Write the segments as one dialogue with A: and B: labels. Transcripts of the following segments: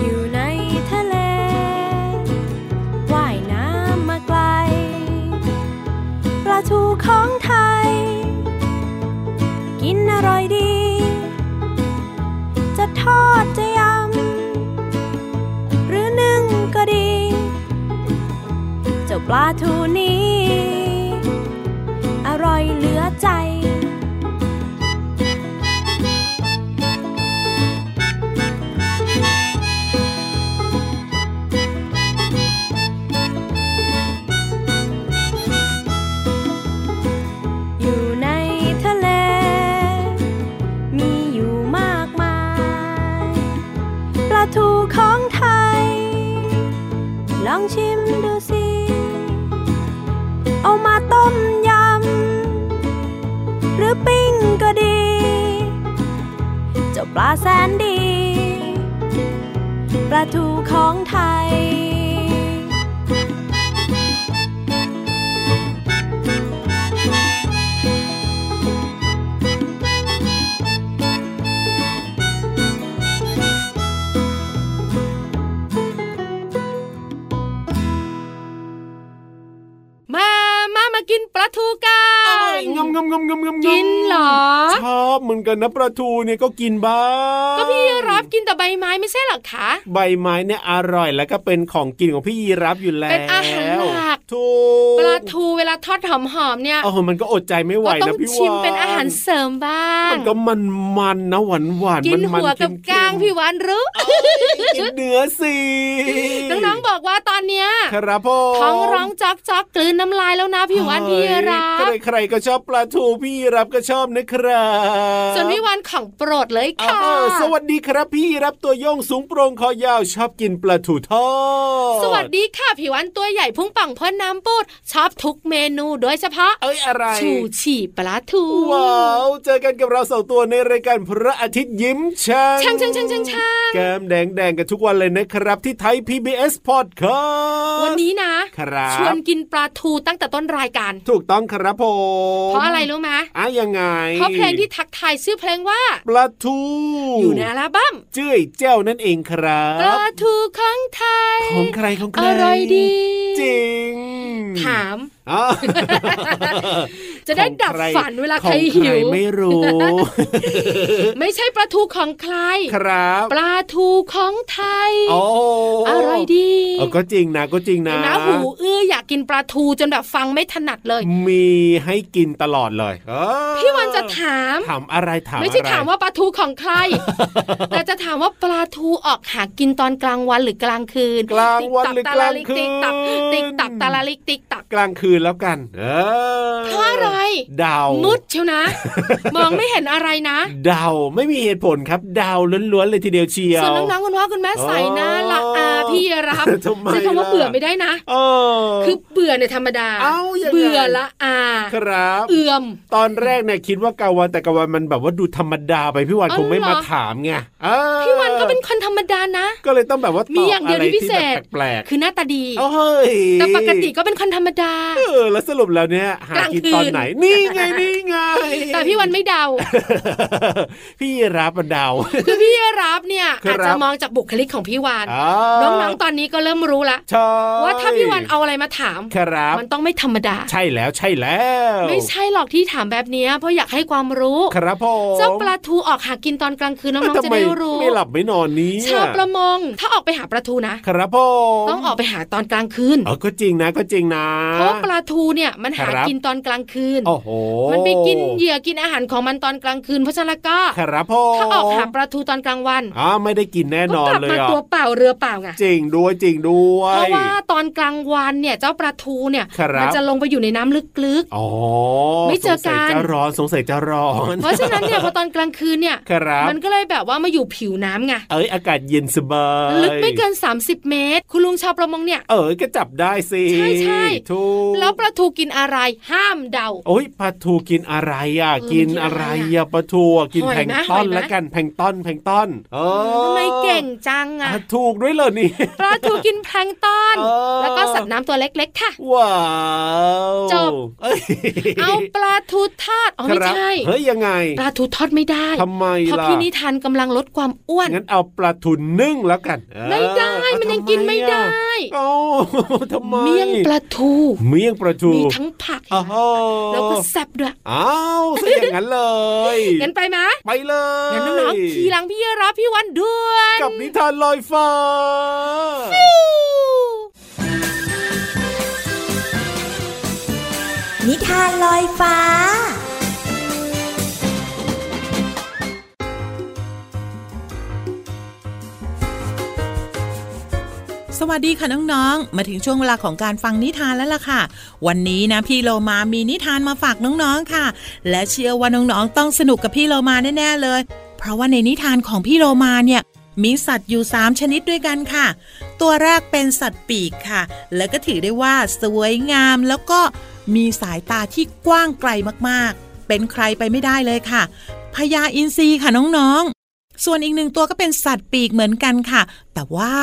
A: อยู่ในทะเล ว่ายน้ำมาไกล ปลาทูของไทย กินอร่อยดี จะทอดจะยำ หรือนึ่งก็ดี เจ้าปลาทูนี้ อร่อยเหลือใจ อยู่ในทะเล มีอยู่มากมาย ปลาทูของไทย ลองชิมดูสิ เอามาต้มยำ หรือปิ้งก็ดี เจ้าปลาแสนดี ปลาทูของไทย
B: มา มา มากินปลาทูกั
C: เอ้
B: น
C: ยงำงำงำงำงำ
B: กินเหรอ
C: ชอบเหมือนกันนะปลาทูเนี่ยก็กินบ้าง
B: ก็พี่ยีรับกินแต่ใบไม้ไม่ใช่เหรอคะ
C: ใบไม้เนี่ยอร่อยแล้วก็เป็นของกินของพี่ยีรับอยู่แล้ว
B: เป็นอาหารหลัก
C: ถูก
B: ปลาทูเวลาทอดหอมๆเนี่ย
C: โอ้โหมันก็อดใจไม่ไหว
B: ก็ต้อ
C: นะ
B: ง
C: พี่วาน
B: ชิมเป็นอาหารเสริมบ้าง
C: มันก็มันมันๆนะหวานหวานๆ
B: กิ
C: มัน มั
B: หัวกับกลางพี่วานรู้
C: กินเนื้อสิ
B: น้องๆบอกว่าตอนเนี้ย
C: ครับผม
B: ท้องร้องจอกจอกกลืนน้ำลายแล้วนะพี่วานพี่ยีรั
C: ใคร
B: บ
C: ใครๆก็ชอบปลาทูพี่ยีรับก็ชอบนะครับ
B: ส่วนพี่วานของโปรดเลยค่ะ
C: เออสวัสดีครับพี่รับตัวโยงสูงโปรงคอยาวชอบกินปลาถูทอด
B: สวัสดีค่ะผิวอันตัวใหญ่พุ่งปังพ่นน้ำปูดชอบทุกเมนูโดยเฉพาะ
C: เอ้ยอะไร
B: ชูฉี่ปลาทู
C: ว้าวเจอกันกับเราสองตัวในรายการพระอาทิตย์ยิ้มช่าง
B: ช่างช่างช่างช่างช่าง
C: แก้มแดงแดงๆกันทุกวันเลยนะครับที่ไทย PBS Podcast
B: วันนี้นะ
C: ครับ
B: ชวนกินปลาทูตั้งแต่ต้นรายการ
C: ถูกต้องครับผม
B: เพราะอะไรรู้ไหม
C: อ่ะยังไง
B: เพราะเพลงที่ทักทายชื่อเพลงว่า
C: ปลาทู
B: อยู่ในอัลบั้ม
C: เจ้ยแจ้วนั่นเองครับ
B: ปลาทูของไทย
C: ของใครของใค
B: อ
C: ร
B: ร่อยดี
C: จริง
B: ถาม
C: อ้าว
B: จะได้ดับ
C: ของใค
B: ฝันเวลา
C: ข
B: ใคร
C: อง
B: หิว
C: ไม่รู้
B: ไม่ใช่ปลาทูของใคร
C: ครับ
B: ปลาทูของไทย
C: โอ้
B: อร่อยดี
C: เออก็จริงนะก็จริงนะ
B: เห็นะหูอื้ออยากกินปลาทูจนแบบฟังไม่ถนัดเลย
C: มีให้กินตลอดเลยเออ
B: พี่วันจะถาม
C: ถามอะไรถาม
B: ไม่ใช่
C: อะร
B: ถามว่าปลาทูของ ใคร แต่จะถามว่าปลาทูออกหากินตอนกลางวันหรือกลางคืน
C: กลางวันหรือกลางคื
B: ติ๊
C: น
B: กตักติ๊กตักตาลาลิกติ๊กตัก
C: กลางคืนแล้วกัน เออ
B: เพราะอะไร
C: ดาว
B: มืดเชียว นะ มองไม่เห็นอะไรนะ
C: ดาวไม่มีเหตุผลครับ ดาวล้วนๆเลยทีเดียวเชียว
B: ส่วนน้องๆคุณพ่อคุณแม่ใส่น่ารักอาพี่รับ
C: ทำไม
B: ใช้คำว่า
C: ล่ะ
B: เบื่อไม่ได้นะ
C: เออ
B: คือเบื่อเนี่ยธรรมดา
C: เอ้ายังไง
B: เบื่อละอา
C: ครับ
B: เอื่อม
C: ตอนแรกเนี่ยคิดว่ากาวันแต่กาวันมันแบบว่าดูธรรมดาไปพี่วัน
B: อ๋อ
C: คงไม่
B: เหรอ
C: มาถามไงเออ
B: พี่วันก็เป็นคนธรรมดานะ
C: ก็เลยต้องแบบว่าต
B: มี
C: อบ
B: อย่างเดีย
C: อะ
B: ว
C: ไร
B: ที่พิ
C: ที่
B: เศษ
C: แบบแปลก
B: คือหน้าตาดี
C: ๆเอาเฮ้ย
B: แต่ปกติก็เป็นคนธรรมดา
C: เออแล้วสรุปแล้วเนี่ยหาก
B: ลาง
C: กิน
B: คืน
C: ตอนไหนนี่ไงนี่ไง
B: แต่พี่วันไม่เดา
C: พี่รับมันเดา
B: คือพี่รับเนี่ย
C: ครับ
B: อาจจะมองจากบุคลิกของพี่วาน
C: อ่า
B: น้องๆตอนนี้ก็เริ่มรู้ละ
C: ใชอบ
B: ว่าถ้าพี่วานเอาอะไรมาถาม
C: ครับ
B: มันต้องไม่ธรรมดา
C: ใช่แล้วใช่แล้ว
B: ไม่ใช่หรอกที่ถามแบบเนี้ยเพราะอยากให้ความรู้
C: ครับผม
B: เจ้าปลาทูออกหากินตอนกลางคืนน้อง
C: ทำ
B: ๆจะ
C: ไม
B: ได้รู้
C: ไม่หลับไม่นอนนี้
B: ชาวประมงถ้าออกไปหาปลาทูนะ
C: ครับผม
B: ต้องออกไปหาตอนกลางคืน
C: เออก็จริงนะก็จริงนะ
B: เพราะว่าปลาทูเนี่ยมันหา
C: ครับ
B: กินตอนกลางคืน
C: โอ้โห
B: มันไปกินเหยื่อกินอาหารของมันตอนกลางคืนเพราะฉะนั้นก็
C: ครับผม
B: ถ้าออกหาปลาทูตอนกลางวัน
C: อ่าไม่ได้กินแน่น
B: ก็ก
C: อน
B: ลับ
C: เลย
B: มา
C: อ่ะ
B: ตัวเปล่าเรือเปล่าไง
C: จริงด้วยจริงด้วย
B: เพราะว่าตอนกลางวันเนี่ยเจ้าปลาทูเนี่ย
C: ครับ
B: มัจะลงไปอยู่ในน้ำลึก
C: อ๋อ
B: ไม่เจอกัน
C: สงสัยจะร้อนสงสัยจะร้อน
B: ๆ เพราะฉะนั้นเนี่ยพอตอนกลางคืนเนี่ย
C: ครับ
B: มันก็เลยแบบว่ามาอยู่ผิวน้ำไง
C: เอ้ยอากาศเย็นสบาย
B: ลึกไม่เกิน 30 เมตร คุณลุงชาวประมงเนี่ย
C: เอ้ยก็จับได้สิ
B: ใช่ใช่
C: ถูก
B: แล้วปลาทูกินอะไรห้ามเดา
C: โอ้ยปลาทูกินอะไรอ่ะ
B: เออ
C: กิน
B: กิน
C: อะ
B: อะไร ไร
C: อ่ะปลาทูอ่ะกิน
B: หอย
C: แพลง
B: ไหม
C: ก์ต้อน
B: หอยไหม
C: ละกันแพลงก์ต้อนแพลงก์ต้อนเออ
B: ทำไมเก่งจัง
C: อ่ะ
B: อะ
C: ถูกด้วยเหรอเนี่ย
B: ปลาทูกินแพลงก์ตอน
C: เออ
B: แล้วก็สัตว์น้ำตัวเล็กๆค่ะ
C: ว้าว
B: จบ
C: เอ้ย
B: เอาปลาทูทอดอ๋อไม่
C: ครับ
B: ใช่
C: เฮ้ยยังไง
B: ปลาทูทอดไม่ได้
C: ทำไม
B: เพราะ
C: ล่ะ
B: พี่นิทานกำลังลดความอ้วน
C: งั้นเอาปลาทูนึ่งแล้วกันเออ
B: ไม่ได้
C: เอา
B: มันยัง
C: ทำ
B: กินไม่ได้
C: อ่ะเอ้า ทำไม
B: เมี่ยงปลาทู
C: เมี่ยงปลาทู
B: มีทั้งผัก
C: อ้าว
B: แล้วก็แซบด้วย
C: อ้าวซะอย่างนั้นเลย
B: งั้นไปไหม
C: ไปเลย
B: งั้นน้องๆทีหลังพี่รับพี่วันด้วย
C: กับนิทานลอยฟ้า
D: นิทานลอยฟ้า
E: สวัสดีค่ะน้องๆ มาถึงช่วงเวลาของการฟังนิทานแล้วล่ะค่ะ วันนี้นะพี่โลมามีนิทานมาฝากน้องๆค่ะ และเชื่อว่าน้องๆต้องสนุกกับพี่โลมาแน่ๆเลย เพราะว่าในนิทานของพี่โลมาเนี่ยมีสัตว์อยู่ 3 ชนิดด้วยกันค่ะ ตัวแรกเป็นสัตว์ปีกค่ะ แล้วก็ถือได้ว่าสวยงามแล้วก็มีสายตาที่กว้างไกลมากๆ เป็นใครไปไม่ได้เลยค่ะพญาอินทรีค่ะน้องๆ ส่วนอีกหนึ่งตัวก็เป็นสัตว์ปีกเหมือนกันค่ะ แต่ว่า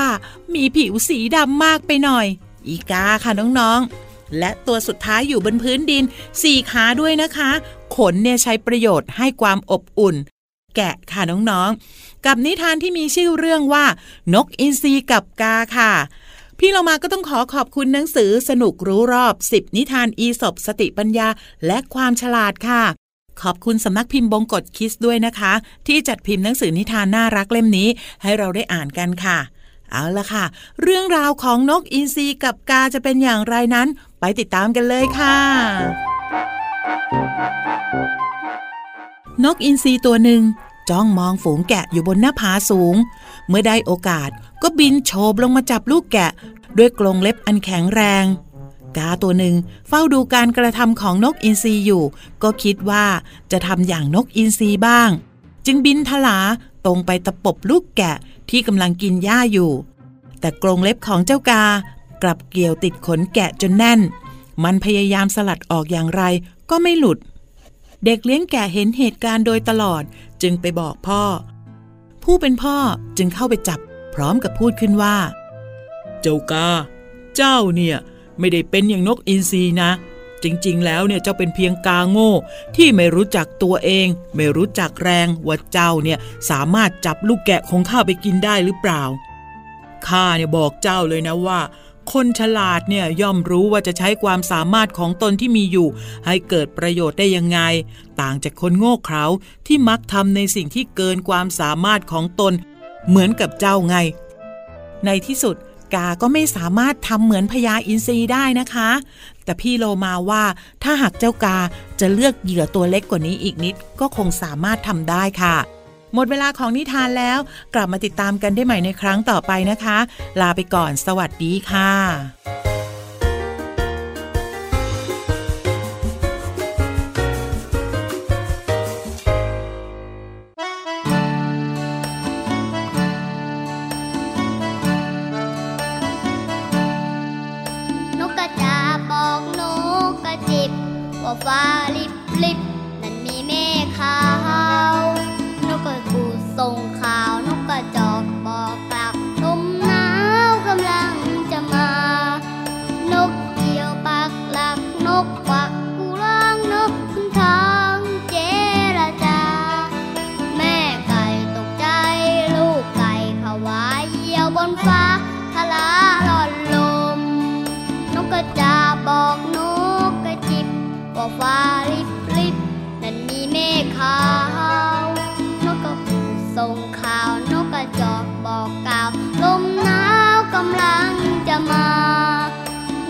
E: มีผิวสีดำมากไปหน่อย อีกาค่ะน้องๆ และตัวสุดท้ายอยู่บนพื้นดินสี่ขาด้วยนะคะ ขนเนี่ยใช้ประโยชน์ให้ความอบอุ่น แกะค่ะน้องๆ กับนิทานที่มีชื่อเรื่องว่า นกอินทรีกับกาค่ะ พี่เรามาก็ต้องขอขอบคุณหนังสือสนุกรู้รอบ 10 นิทานอีสบสติปัญญาและความฉลาดค่ะ ขอบคุณสำนักพิมพ์บงกฎคิสด้วยนะคะ ที่จัดพิมพ์หนังสือนิทานน่ารักเล่มนี้ ให้เราได้อ่านกันค่ะ เอาละค่ะ เรื่องราวของนกอินทรีกับกาจะเป็นอย่างไรนั้น ไปติดตามกันเลยค่ะ นกอินทรีตัวหนึ่ง จ้องมองฝูงแกะอยู่บนหน้าผาสูง เมื่อได้โอกาสก็บินโฉบลงมาจับลูกแกะ ด้วยกรงเล็บอันแข็งแรง กาตัวหนึ่งเฝ้าดูการกระทำของนกอินทรีอยู่ ก็คิดว่าจะทำอย่างนกอินทรีบ้าง จึงบินทลาตรงไปตะปบลูกแกะที่กำลังกินหญ้าอยู่ แต่กรงเล็บของเจ้ากา กลับเกี่ยวติดขนแกะจนแน่น มันพยายามสลัดออกอย่างไรก็ไม่หลุด เด็กเลี้ยงแกะเห็นเหตุการณ์โดยตลอดจึงไปบอกพ่อ ผู้เป็นพ่อจึงเข้าไปจับพร้อมกับพูดขึ้นว่า เจ้ากา เจ้าเนี่ยไม่ได้เป็นอย่างนกอินทรีนะ จริงๆ แล้วเนี่ยเจ้าเป็นเพียงกาโง่ ที่ไม่รู้จักตัวเอง ไม่รู้จักแรงว่าเจ้าเนี่ยสามารถจับลูกแกะของข้าไปกินได้หรือเปล่า ข้าเนี่ยบอกเจ้าเลยนะว่า คนฉลาดเนี่ยย่อมรู้ว่าจะใช้ความสามารถของตนที่มีอยู่ ให้เกิดประโยชน์ได้ยังไง ต่างจากคนโง่เขลาที่มักทำในสิ่งที่เกินความสามารถของตน เหมือนกับเจ้าไง ในที่สุดกาก็ไม่สามารถทำเหมือนพญาอินทรีได้นะคะ แต่พี่โลมาว่าถ้าหากเจ้ากาจะเลือกเหยื่อตัวเล็กกว่านี้อีกนิด ก็คงสามารถทำได้ค่ะ หมดเวลาของนิทานแล้ว กลับมาติดตามกันได้ใหม่ในครั้งต่อไปนะคะ ลาไปก่อนสวัสดีค่ะ
F: นกกระจาบอกนกกระจิบ ว่าฟ้าลิบลิบนั้นมีเมฆขาวนกกระกูดส่งข่าวนกกระจอกบอกกลับลมหนาวกำลังจะมา นกเกี่ยวปักหลักนกควักกูร้องนกขึ้นทางเจรจา แม่ไก่ตกใจลูกไก่ผวาเหยี่ยวบนฟ้าทะลาหล่อนลม นกกระจาบอกนกกระจิบว่าฟ้าริบริบนั่นมีเมฆขาวนกกระปูส่งข่าวนกกระจอกบอกกล่าวลมหนาวกำลังจะมา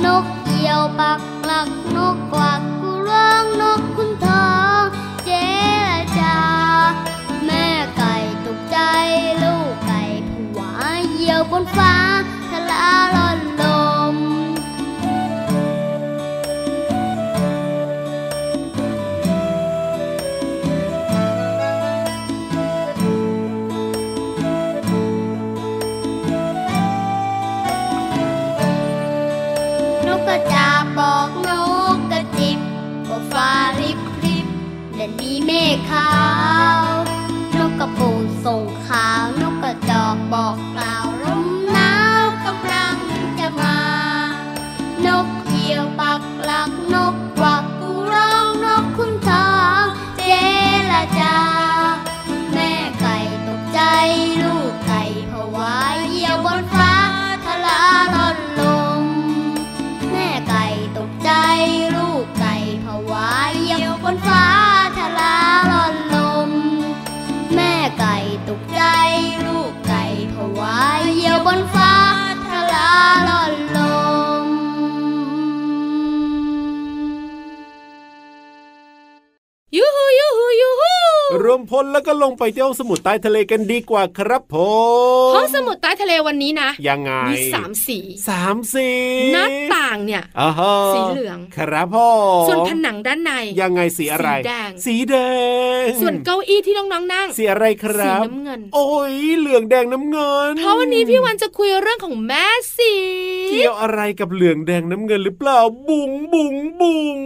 F: นกเอี่ยวปักหลักนกกวักกูร้องนกคุณทองเจรจา แม่ไก่ตกใจลูกไก่ผวาเหยี่ยวบนฟ้าทะลาลอนลม นกกระจาบบอก นั่นมีเมฆขาว นกกระปูส่งข่าว นกกระจอกบอกกล่าวลมหนาวกำลังจะมา นกเหยี่ยวปักหลักนกกวักกูร้องนกขุนทองเจรจา แม่ไก่ตกใจลูกไก่ผวาเหยี่ยวบนฟ้าทะลาร่อนลม แม่ไก่ตกใจลูกไก่ผวาเหยี่ยวบนฟ้าทะลาร่อนลม แม่ไก่ตกใจลูกไก่ผวาเหยี่ยวบนฟ้าทะลาร่อนลม
B: ยูฮูยูฮูยูฮู
C: รวมพลแล้วก็ลงไปที่ห้องสมุดใต้ทะเลกันดีกว่าครับผม
B: ห้องสมุดใต้ทะเลวันนี้นะ
C: ยังไง
B: มีสามสี
C: สามสี
B: หน้าต่างเนี่ย
C: อ่าฮะ
B: สีเหลือง
C: ครับผม
B: ส่วนผนังด้านใน
C: ยังไงสีอะไร
B: สีแดง
C: สีแดง
B: ส่วนเก้าอี้ที่น้องๆนั่ง
C: สีอะไรครับ
B: สีน้ำเงิน
C: โอ้ยเหลืองแดงน้ำเงิน
B: เพราะวันนี้พี่วันจะคุยเรื่องของแม่สี
C: เกี่ยวอะไรกับเหลืองแดงน้ำเงินหรือเปล่าบุ๋งบุ๋งบุ๋ง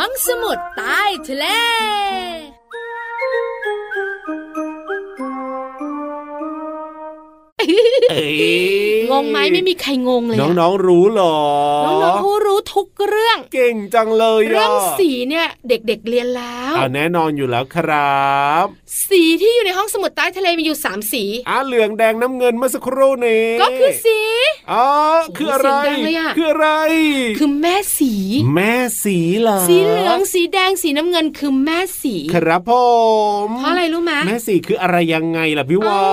B: ห้องสมุดใต้ทะเล
C: เอ้ย
B: งงไหมไม่มีใครงงเลยอะ
C: น้องๆรู้เหรอ
B: น้องๆผู้รู้ทุกเรื่อง
C: เก่งจังเลยะ
B: เรื่องสีเนี่ยเด็กๆเรียนแล้ว
C: อ่าแน่นอนอยู่แล้วครับ
B: สีที่อยู่ในห้องสมุดใต้ทะเลมีอยู่สามสี
C: อ่าเหลืองแดงน้ำเงินเมื่อสักครู่นี้
B: ก็คือสี
C: อ๋อคืออะไร
B: เสียงดังเลยอะ
C: คืออะไร
B: คือแม่สี
C: แม่สีเหรอ
B: สีเหลืองสีแดงสีน้ำเงินคือแม่สี
C: ครับผม
B: เพราะอะไรรู้ไหม
C: แม่สีคืออะไรยังไงล่ะพี่วา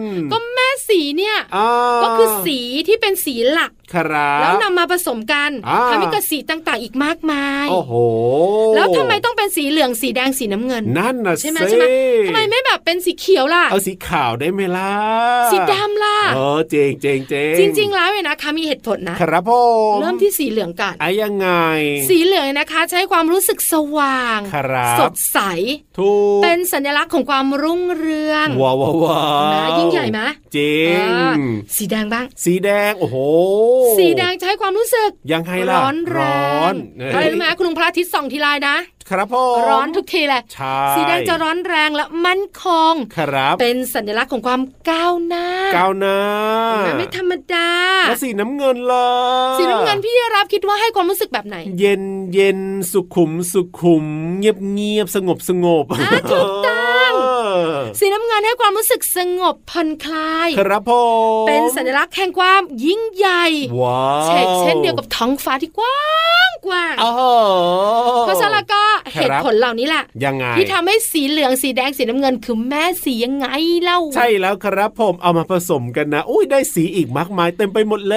C: น
B: ก็แม่สีเนี่ย
C: อ่า
B: ก็คือสีที่เป็นสีหลัก
C: ครับ
B: แล้วนำมาผสมกัน
C: อ่า
B: ทำให้เกิดสีต่างๆ อีกมากมาย
C: โอ้โห
B: แล้วทำไมต้องเป็นสีเหลืองสีแดงสีน้ำเงิน
C: นั่นน่ะ
B: ใช่ไหม
C: สิ
B: ใช่ไหมทำไมไม่แบบเป็นสีเขียวล่ะ
C: เอาสีขาวได้ไหมล่ะ
B: สีดำล่ะ
C: เออเจงเจงเจง
B: จริงๆ แล้วเนี่ยนะคะมีเหตุผลนะ
C: ครับผม
B: เริ่มที่สีเหลืองก่อน
C: ไอ้ยังไง
B: สีเหลืองนะคะ ใช้ความรู้สึกสว่าง
C: ครับ
B: สดใส
C: ถูก
B: เป็นสัญลักษณ์ของความรุ่งเรือง
C: ว้าวว้าวว้าว
B: นะยิ่งใหญ่ไหม
C: จริง
B: อ่าสีแดงบ้าง
C: สีแดง โอ้โห
B: สีแดงใช้ความรู้สึก
C: ยังไงล่ะ
B: ร้อนแร
C: ร้อน
B: งอะไรรู้ไหมคุณลุงพระอาทิตย์ส่องทีไรนะ
C: ครับผม
B: ร้อนทุกทีแหละ
C: ใช่
B: สีแดงจะร้อนแรงและมั่นคง
C: ครับ
B: เป็นสัญลักษณ์ของความก้าวหน้า
C: ก้าวหน้า
B: เห็นไหมไม่ธรรมดา
C: แล้วสีน้ำเงินล่ะ
B: สีน้ำเงินพี่รับคิดว่าให้ความรู้สึกแบบไหน
C: เย็นเย็นสุขุมสุขุม เงียบเงียบสงบสงบ
B: อ่าถูกต้อง
C: เออ
B: สีน้ำเงินให้ความรู้สึกสงบผ่อนคลาย
C: ครับผม
B: เป็นสัญลักษณ์แห่งความยิ่งใหญ่
C: ว้าว
B: เชกเช่นเดียวกับท้องฟ้าที่กว้างกว้าง
C: อ้าว
B: เพราะฉะนั้นแล้วก็เหตุ
C: ครับ
B: ผลเหล่านี้แหละ
C: ยังไง
B: ที่ทำให้สีเหลืองสีแดงสีน้ำเงินคือแม่สียังไงเล่า
C: ใช่แล้วครับผมเอามาผสมกันนะอุ้ยได้สีอีกมากมายเต็มไปหมดเล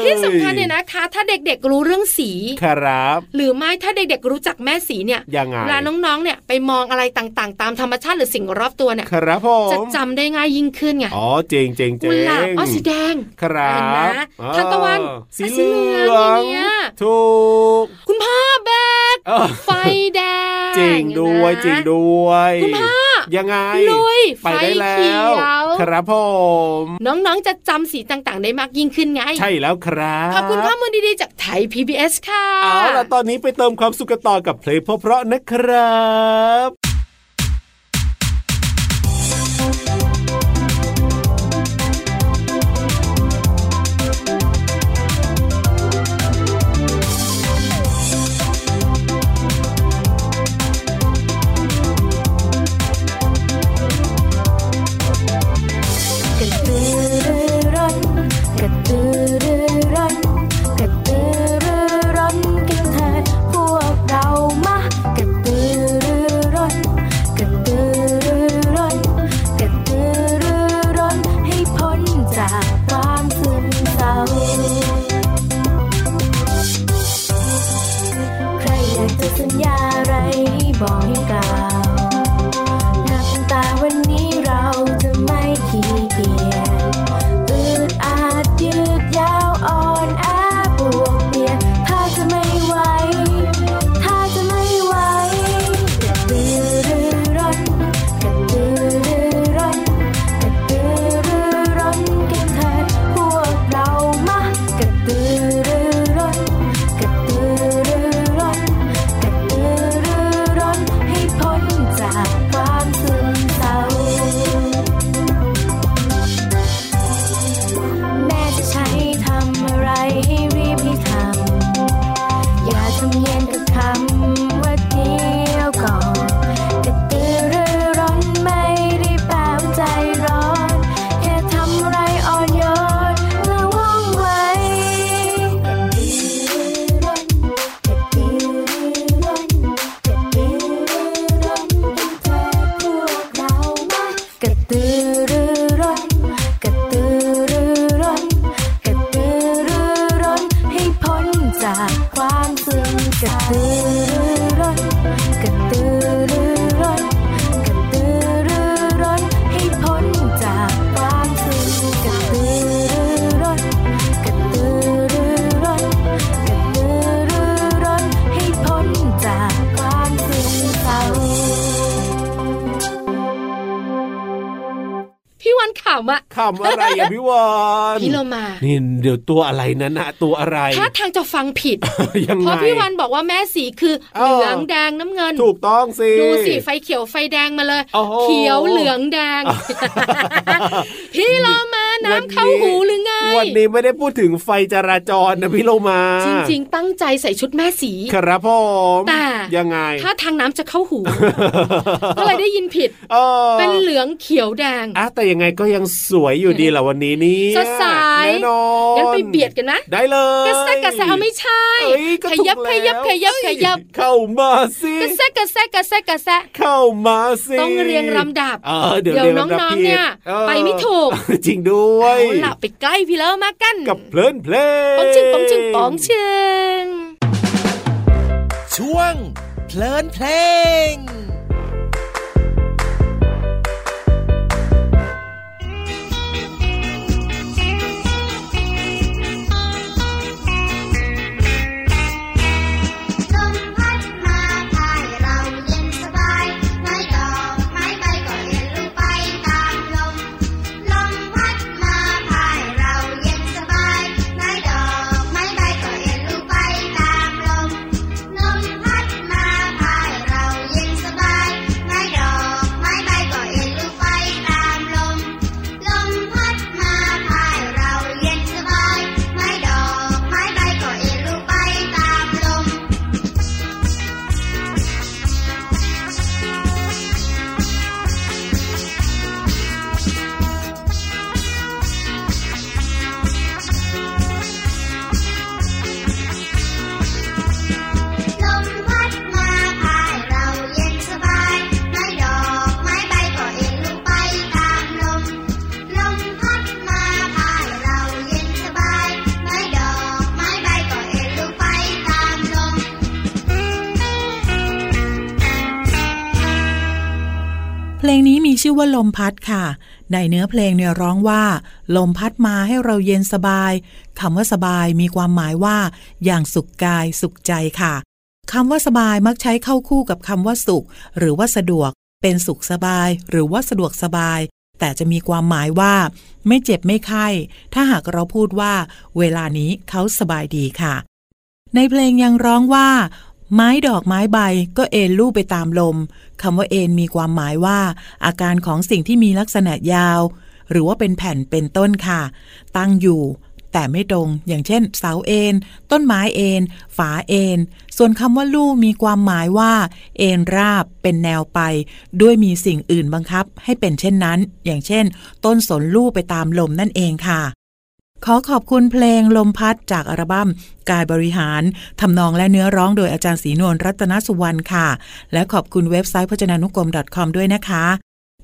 C: ย
B: ที่สำคัญเนี่ยนะคะ ถ้าเด็กๆรู้เรื่องสี
C: ครับ
B: หรือไม่ถ้าเด็กๆรู้จักแม่สีเนี่ย
C: ยังไง
B: เวลาน้องๆเนี่ยไปมองอะไรต่างๆ ตามธรรมชาติหรือสิ่งรอบตัวเนี่ย
C: ครับผม
B: จะจำได้ง่ายยิ่งขึ้นไง
C: อ๋อเจงเจงเจ
B: กุหลาบ
C: ง
B: อ๋อสีแดง
C: ครับ
B: เห็นไหม
C: อ๋อ
B: ทานตะวัน
C: สี
B: อ่ะสีเห
C: เหลื
B: ลือง
C: อง
B: อย่างเงี้ย
C: ถูก
B: คุณพ่อแบก
C: เออ
B: ไฟแดง
C: จริงด้วย
B: นะ
C: จริงด้วย
B: คุณพ่อ
C: ยังไง
B: ลุย
C: ไปได้แล้
B: ไฟเขียว ว
C: ครับผม
B: น้องๆจะจำสีต่างๆ ได้มากยิ่งขึ้นไง
C: ใช่แล้วครับ
B: ขอบคุณข้อมูลดีๆ จากไทย PBS ค่ะ
C: เอาล่ะตอนนี้ไปเติมความสุขกันต่อกับเพลงเพราะๆนะครับ
D: กระตือรือร้นกระตือรือร้นกระตือรือร้นกันเถิดพวกเรามากระตือรือร้นกระตือรือร้นกระตือรือร้นให้พ้นจากความซึมเศร้า ใครอยากจะสัญญาอะไรบอกให้กล่าว นับแต่วันนี้เราจะไม่ขี้เกียจอืดอาดยืดยาวอ่อนแอบวกเบียดถ้าจะไม่ไหว ถ้าจะไม่ไหวกระตือรือร้นกระตือรือร้นกระตือรือร้นกันเถิดพวกเรามากระตือรือร้นกระตือรือร้น ความซึ้งกระตือรือร้นกระตือรือร้นกระตือรือร้นให้พ้นจากความซึ้งกระตือรือร้นกระตือรือร้นกระตือรือร้นให้พ้นจากความซึ้งเศร้า
B: พี่วันขำอะ
C: คำอะไรอ่ะพี่วาน
B: พี่โลมา
C: นี่เดี๋ยวตัวอะไรนั้นนะตัวอะไร
B: ท่า ทางจะฟังผิ ด
C: ยังไง
B: เพราะพี่วันบอกว่าแม่สีคือ
C: เอ
B: เห
C: อ
B: ลืองแดงน้ำเงิน
C: ถูกต้องสิ
B: ดูสิไฟเขียวไฟแดงมาเลย
C: โอ้โห
B: เขียวเหลืองแด ง พี่โลมาน้ำเข้าหูหรือไง
C: วันนี้ไม่ได้พูดถึงไฟจราจรนะพี่โลมา
B: จริง ๆ ตั้งใจใส่ชุดแม่สี
C: ครับผม
B: แต่
C: ยังไง
B: ถ้าทางน้ำจะเข้าหู ก็เลยได้ยินผิด
C: เออ
B: เป็นเหลืองเขียวแดง
C: อ่ะแต่ยังไงก็ยังสวยอยู่ดีแหละวันนี้นี่
B: สดใส
C: แน่นอน
B: งั้นไปเบียดกันนะ
C: ได้เลย
B: กระแซกกระแซเอาไม่ใช่
C: เอ้ยก็
B: ข
C: ถูก
B: ยับข
C: แล้ว
B: ยับขยับขยับ
C: เข้ามาสิ
B: กระแซกกระแซกกระแซกกระแซะ
C: เข้ามาสิ
B: ต้องเรียงลำดับ
C: เออเดี๋ยว
B: ยว
C: เรียลำดับ
B: น้องๆ
C: ผิด
B: เนี่ย
C: ออ
B: ไปไม่ถูก
C: จริงด้วย
B: เอาล่ะไปใกล้พี่เลิฟมากกัน
C: กับเพลินเพลง
B: ปองชิงปองชิงปองชิง
G: ช่วง เพลินเพลง
H: ลมพัดมาพาให้เราเย็นสบาย ไม้ดอกไม้ใบก็เรียนรู้ไปตามลม ลมพัดมาพาให้เราเย็นสบาย ไม้ดอกไม้ใบก็เรียนรู้ไปตามลม ลมพัดมาพาให้เราเย็นสบาย ไม้ดอกไม้ใบก็เรียนรู้ไปตามลม ลมพัดมาพาให้เราเย็นสบาย ไม้ดอกไม้ใบก็เรียนรู้ไปตามลม ลมพัดมาพาให้เราเย็นสบาย ไม้ดอกไม้ใบก็เอ็นลงไปตามลม ลมพัดมาพาให้เราเย็นสบาย ไม้ดอกไม้ใบก็เอ็นลงไปตามลม
E: เพลงนี้มีชื่อว่าลมพัดค่ะ ในเนื้อเพลงเนี่ยร้องว่า ลมพัดมาให้เราเย็นสบายคำว่าสบายมีความหมายว่า อย่างสุขกายสุขใจค่ะคำว่าสบายมักใช้เข้าคู่กับคำว่าสุข หรือว่าสะดวก เป็นสุขสบาย หรือว่าสะดวกสบาย แต่จะมีความหมายว่า ไม่เจ็บไม่ไข้ถ้าหากเราพูดว่า เวลานี้เขาสบายดีค่ะ ในเพลงยังร้องว่า ไม้ดอกไม้ใบก็เอ็นลู่ไปตามลมคำว่าเอ็นมีความหมายว่า อาการของสิ่งที่มีลักษณะยาว หรือว่าเป็นแผ่นเป็นต้นค่ะ ตั้งอยู่ แต่ไม่ตรง อย่างเช่น เสาเอ็นต้นไม้เอ็นฝาเอ็นส่วนคำว่าลู่มีความหมายว่า เอ็นราบเป็นแนวไป ด้วยมีสิ่งอื่นบังคับให้เป็นเช่นนั้น อย่างเช่น ต้นสนลู่ไปตามลมนั่นเองค่ะ ขอขอบคุณเพลงลมพัดจากอัลบั้มกายบริหารทำนองและเนื้อร้องโดยอาจารย์ศรีนวลรัตนสุวรรณค่ะ และขอบคุณเว็บไซต์พจนานุกรม .com ด้วยนะคะ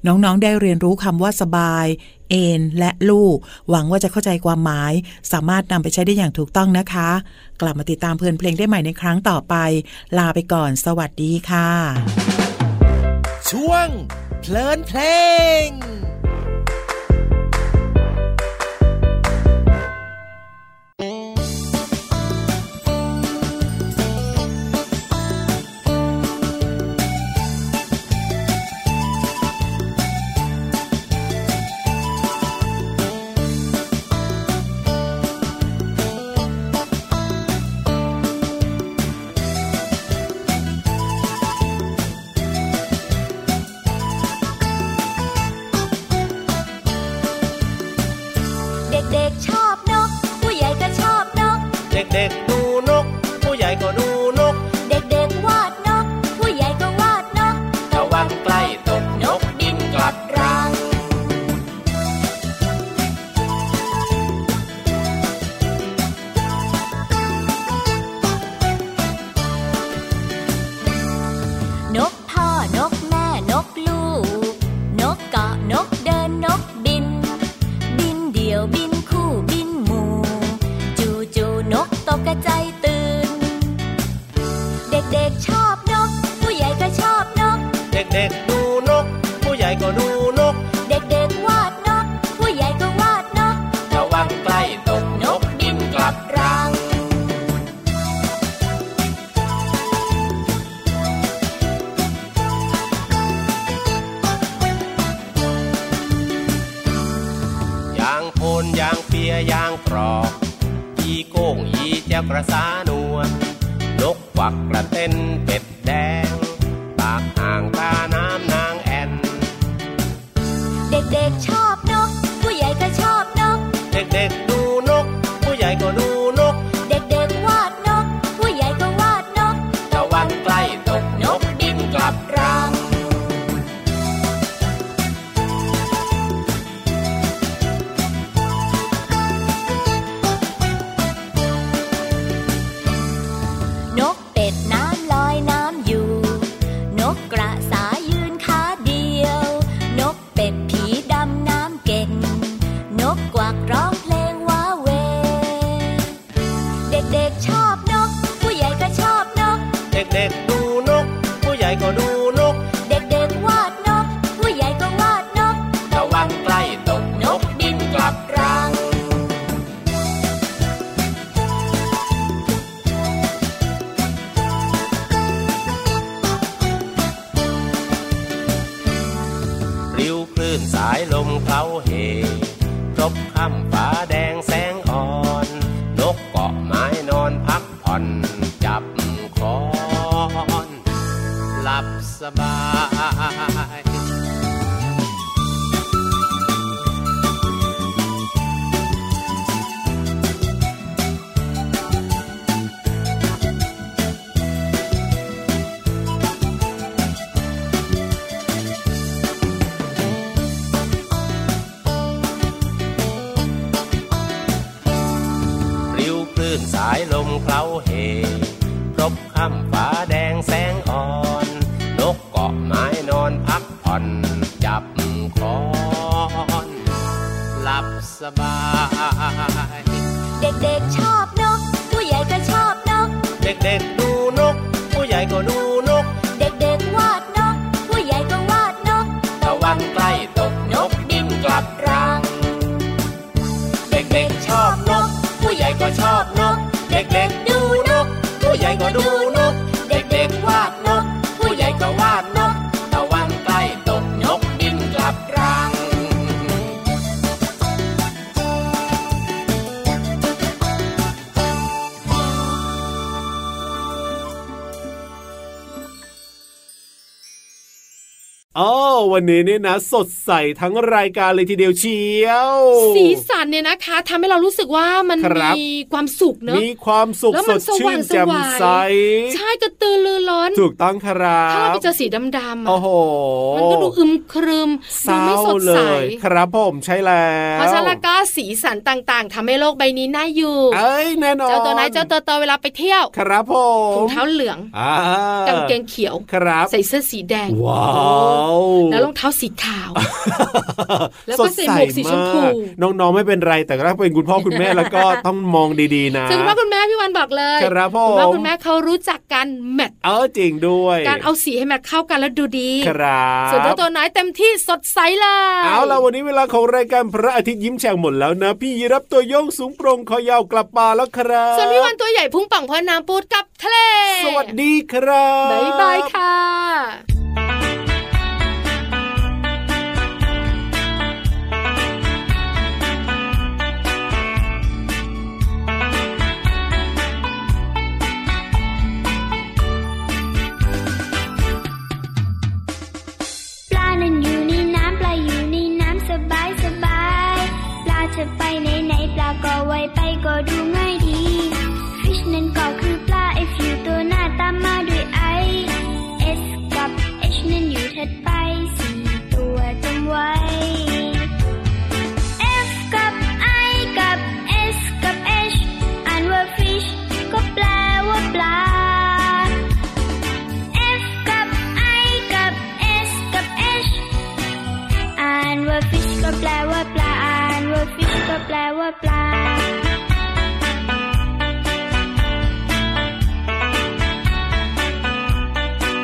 E: น้องๆได้เรียนรู้คำว่าสบาย เอนและลู่หวังว่าจะเข้าใจความหมาย สามารถนำไปใช้ได้อย่างถูกต้องนะคะ กลับมาติดตามเพลินเพลงได้ใหม่ในครั้งต่อไป ลาไปก่อน สวัสดีค่ะ
G: ช่วง เพลินเพลง
H: ล
I: เด็กๆชอบนก ผู้ใหญ่ก็ชอบนก
J: เด็กๆดูนก ผู้ใหญ่ก็ดูนก
I: เด็กๆวาดนก ผู้ใหญ่ก็วาดนก
J: ระวังใกล้ตกนกบินกลับรัง ยางโพนยางเปียยางกรอกอีโก้งอีเจ้ากระสานวลนกควักกระเต้นเป็ดแดง ปากอ่างตาน้ำนางแอน
I: เด็กๆชอบนก ผู้ใหญ่ก็ชอบนก
J: เด็กๆดูนก ผู้ใหญ่ก็ดูนก
I: เด็กๆวาดนก ผู้ใหญ่ก็วาดนก
J: ตะวันใกล้ตกนกบินกลับรัง
I: นกเป็ดน้ำลอยน้ำอยู่ นกกระสายืนขาเดียว นกเป็ดผีดำน้ำเก่ง นกกวักร้องเพลงว้าเหวเด็กๆชอบนก ผู้ใหญ่ก็ชอบนก
J: เด็กๆดูนก ผู้ใหญ่ก็ดูนก
I: เด็กๆวาดนก ผู้ใหญ่ก็วาดนก
J: ตะวันใกล้ตกนกบินกลับรัง ริ้วคลื่นสายลมเคล้าเหครบค่ำฟ้าแดงแสงอ่อน นกเกาะไม้นอนพักผ่อน จับคอน หลับสบาย ริ้วคลื่นสายลมเคล้าเหครบค่ำฟ้าแดงแสงอ่อน นกเกาะไม้นอนพักผ่อน จับคอน หลับสบาย
I: เด็กๆชอบนก ผู้ใหญ่ก็ชอบนก
J: เด็กๆดูนก ผู้ใหญ่ก็ดูนก
I: เด็กๆวาดนก ผู้ใหญ่ก็วาดนก
J: ตะวันใกล้ตกนกบินกลับรัง เด็กๆชอบนก ผู้ใหญ่ก็ชอบนก เด็กๆดูนก ผู้ใหญ่ก็ดูนก เด็กๆวาดนก ผู้ใหญ่ก็วาดนก ตะวันใกล้ตกนกบินกลับรัง
C: อ๋อวันนี้เนี่ยนะ สดใสทั้งรายการเลยทีเดียวเชียว
B: สีสันเนี่ยนะคะทำให้เรารู้สึกว่ามัน
C: ครับ
B: มีความสุขเนอะ
C: มีความสุข
B: แล้ว
C: ส
B: มัน
C: ด
B: ส
C: ชื่น
B: ว่าง
C: แจ่ม
B: ส
C: ใส
B: วาย ใช่กระตือรือร้อน
C: ถูกต้องครั
B: ถ้าเรา
C: บ
B: ไปเจอสีดำๆอะ
C: โอ้โห
B: มันก็ดูอึมครึม
C: เศ
B: ดู
C: ร้า
B: ไม่สด
C: เล
B: ใส
C: ย ครับผมใช่แล้ว
B: เพราะฉะนั้นแล้วก็สีสันต่างๆทำให้โลกใบนี้น่าอยู่
C: เอ้ยแน่นอน
B: เจ้าตัวไหนเจ้าตัวโตเวลาไปเที่ยว
C: ครับผ
B: ถุง
C: ม
B: เท้าเหลือง
C: อ่าก
B: างเกงเขียว
C: ครับ
B: ใส่เสื้อสีแดง
C: ว้าว
B: แล้วรองเท้าสีขาว แล้วก็ใส่หมวกสีชมพู
C: สดใสมากน้องๆไม่เป็นไรแต่ถ้าเป็นคุณพ่อคุณแม่แล้วก็ต้องมองดีๆนะ
B: ซึ่งคุณพ่อคุณแม่พี่วันบอกเลย
C: ครับผม
B: ณพ่อคุณแม่เขารู้จักการแมท
C: เออจริงด้วย
B: การเอาสีให้แมทเข้ากันแล้วดูดี
C: ครับ
B: ส่วนเจ้าตัวน้อยเต็มที่สดใสเลย
C: เอาละวันนี้เวลาของรายการพระอาทิตย์ยิ้มแฉ่งหมดแล้วนะ พี่ยีรับตัวโยงสูงโปรงคอยาวกลับมาแล้วครับ
B: ส่วนพี่วันตัวใหญ่พุ่งป่องพอน้ำปูดกับทะเล
C: สวัสดีครับ
B: บ๊ายบายค่ะ
K: ปลานั้นอยู่ในน้ำปลาอยู่ในน้ำสบายสบายปลาจะไปไหนไหนปลาก็ไวไปก็ดูง่ายดี fish นั้นก็คือปลา f u ตัวหน้าตามมาด้วย i s กับ h นั้นอยู่ถัดไปสี่ตัวจำไว้ f กับ i กับ s กับ h อ่านว่า fish ก็แปลว่าปลา F กับ I กับ S กับ H อ่านว่า fish ก็แปลว่าปลา อ่านว่า fish ก็แปลว่าปลา
I: เ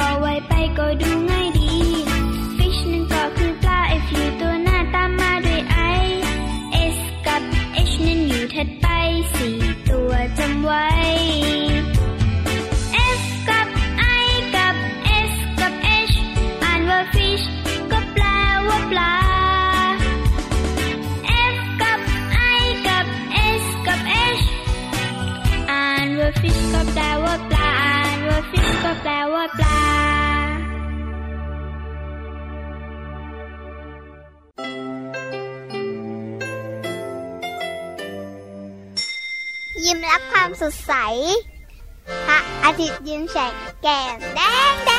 K: ก็ไวไปก็ดูง่ายดี fish นั่นก็คือปลาไอฟิวตัวหน้าตามมาด้วยไอ s กับ h นั้นอยู่ถัดไปสี่ตัวจำไว้ F กับ I กับ S กับ H อ่านว่า fish ก็แปลว่าปลา F กับ I กับ S กับ H อ่านว่า fish ก็แปลว่าปลา อ่านว่า fish ก็แปลว่าปลา
F: ยิ้มรับความสดใส พระอาทิตย์ยิ้มแฉกแก้มแดงแด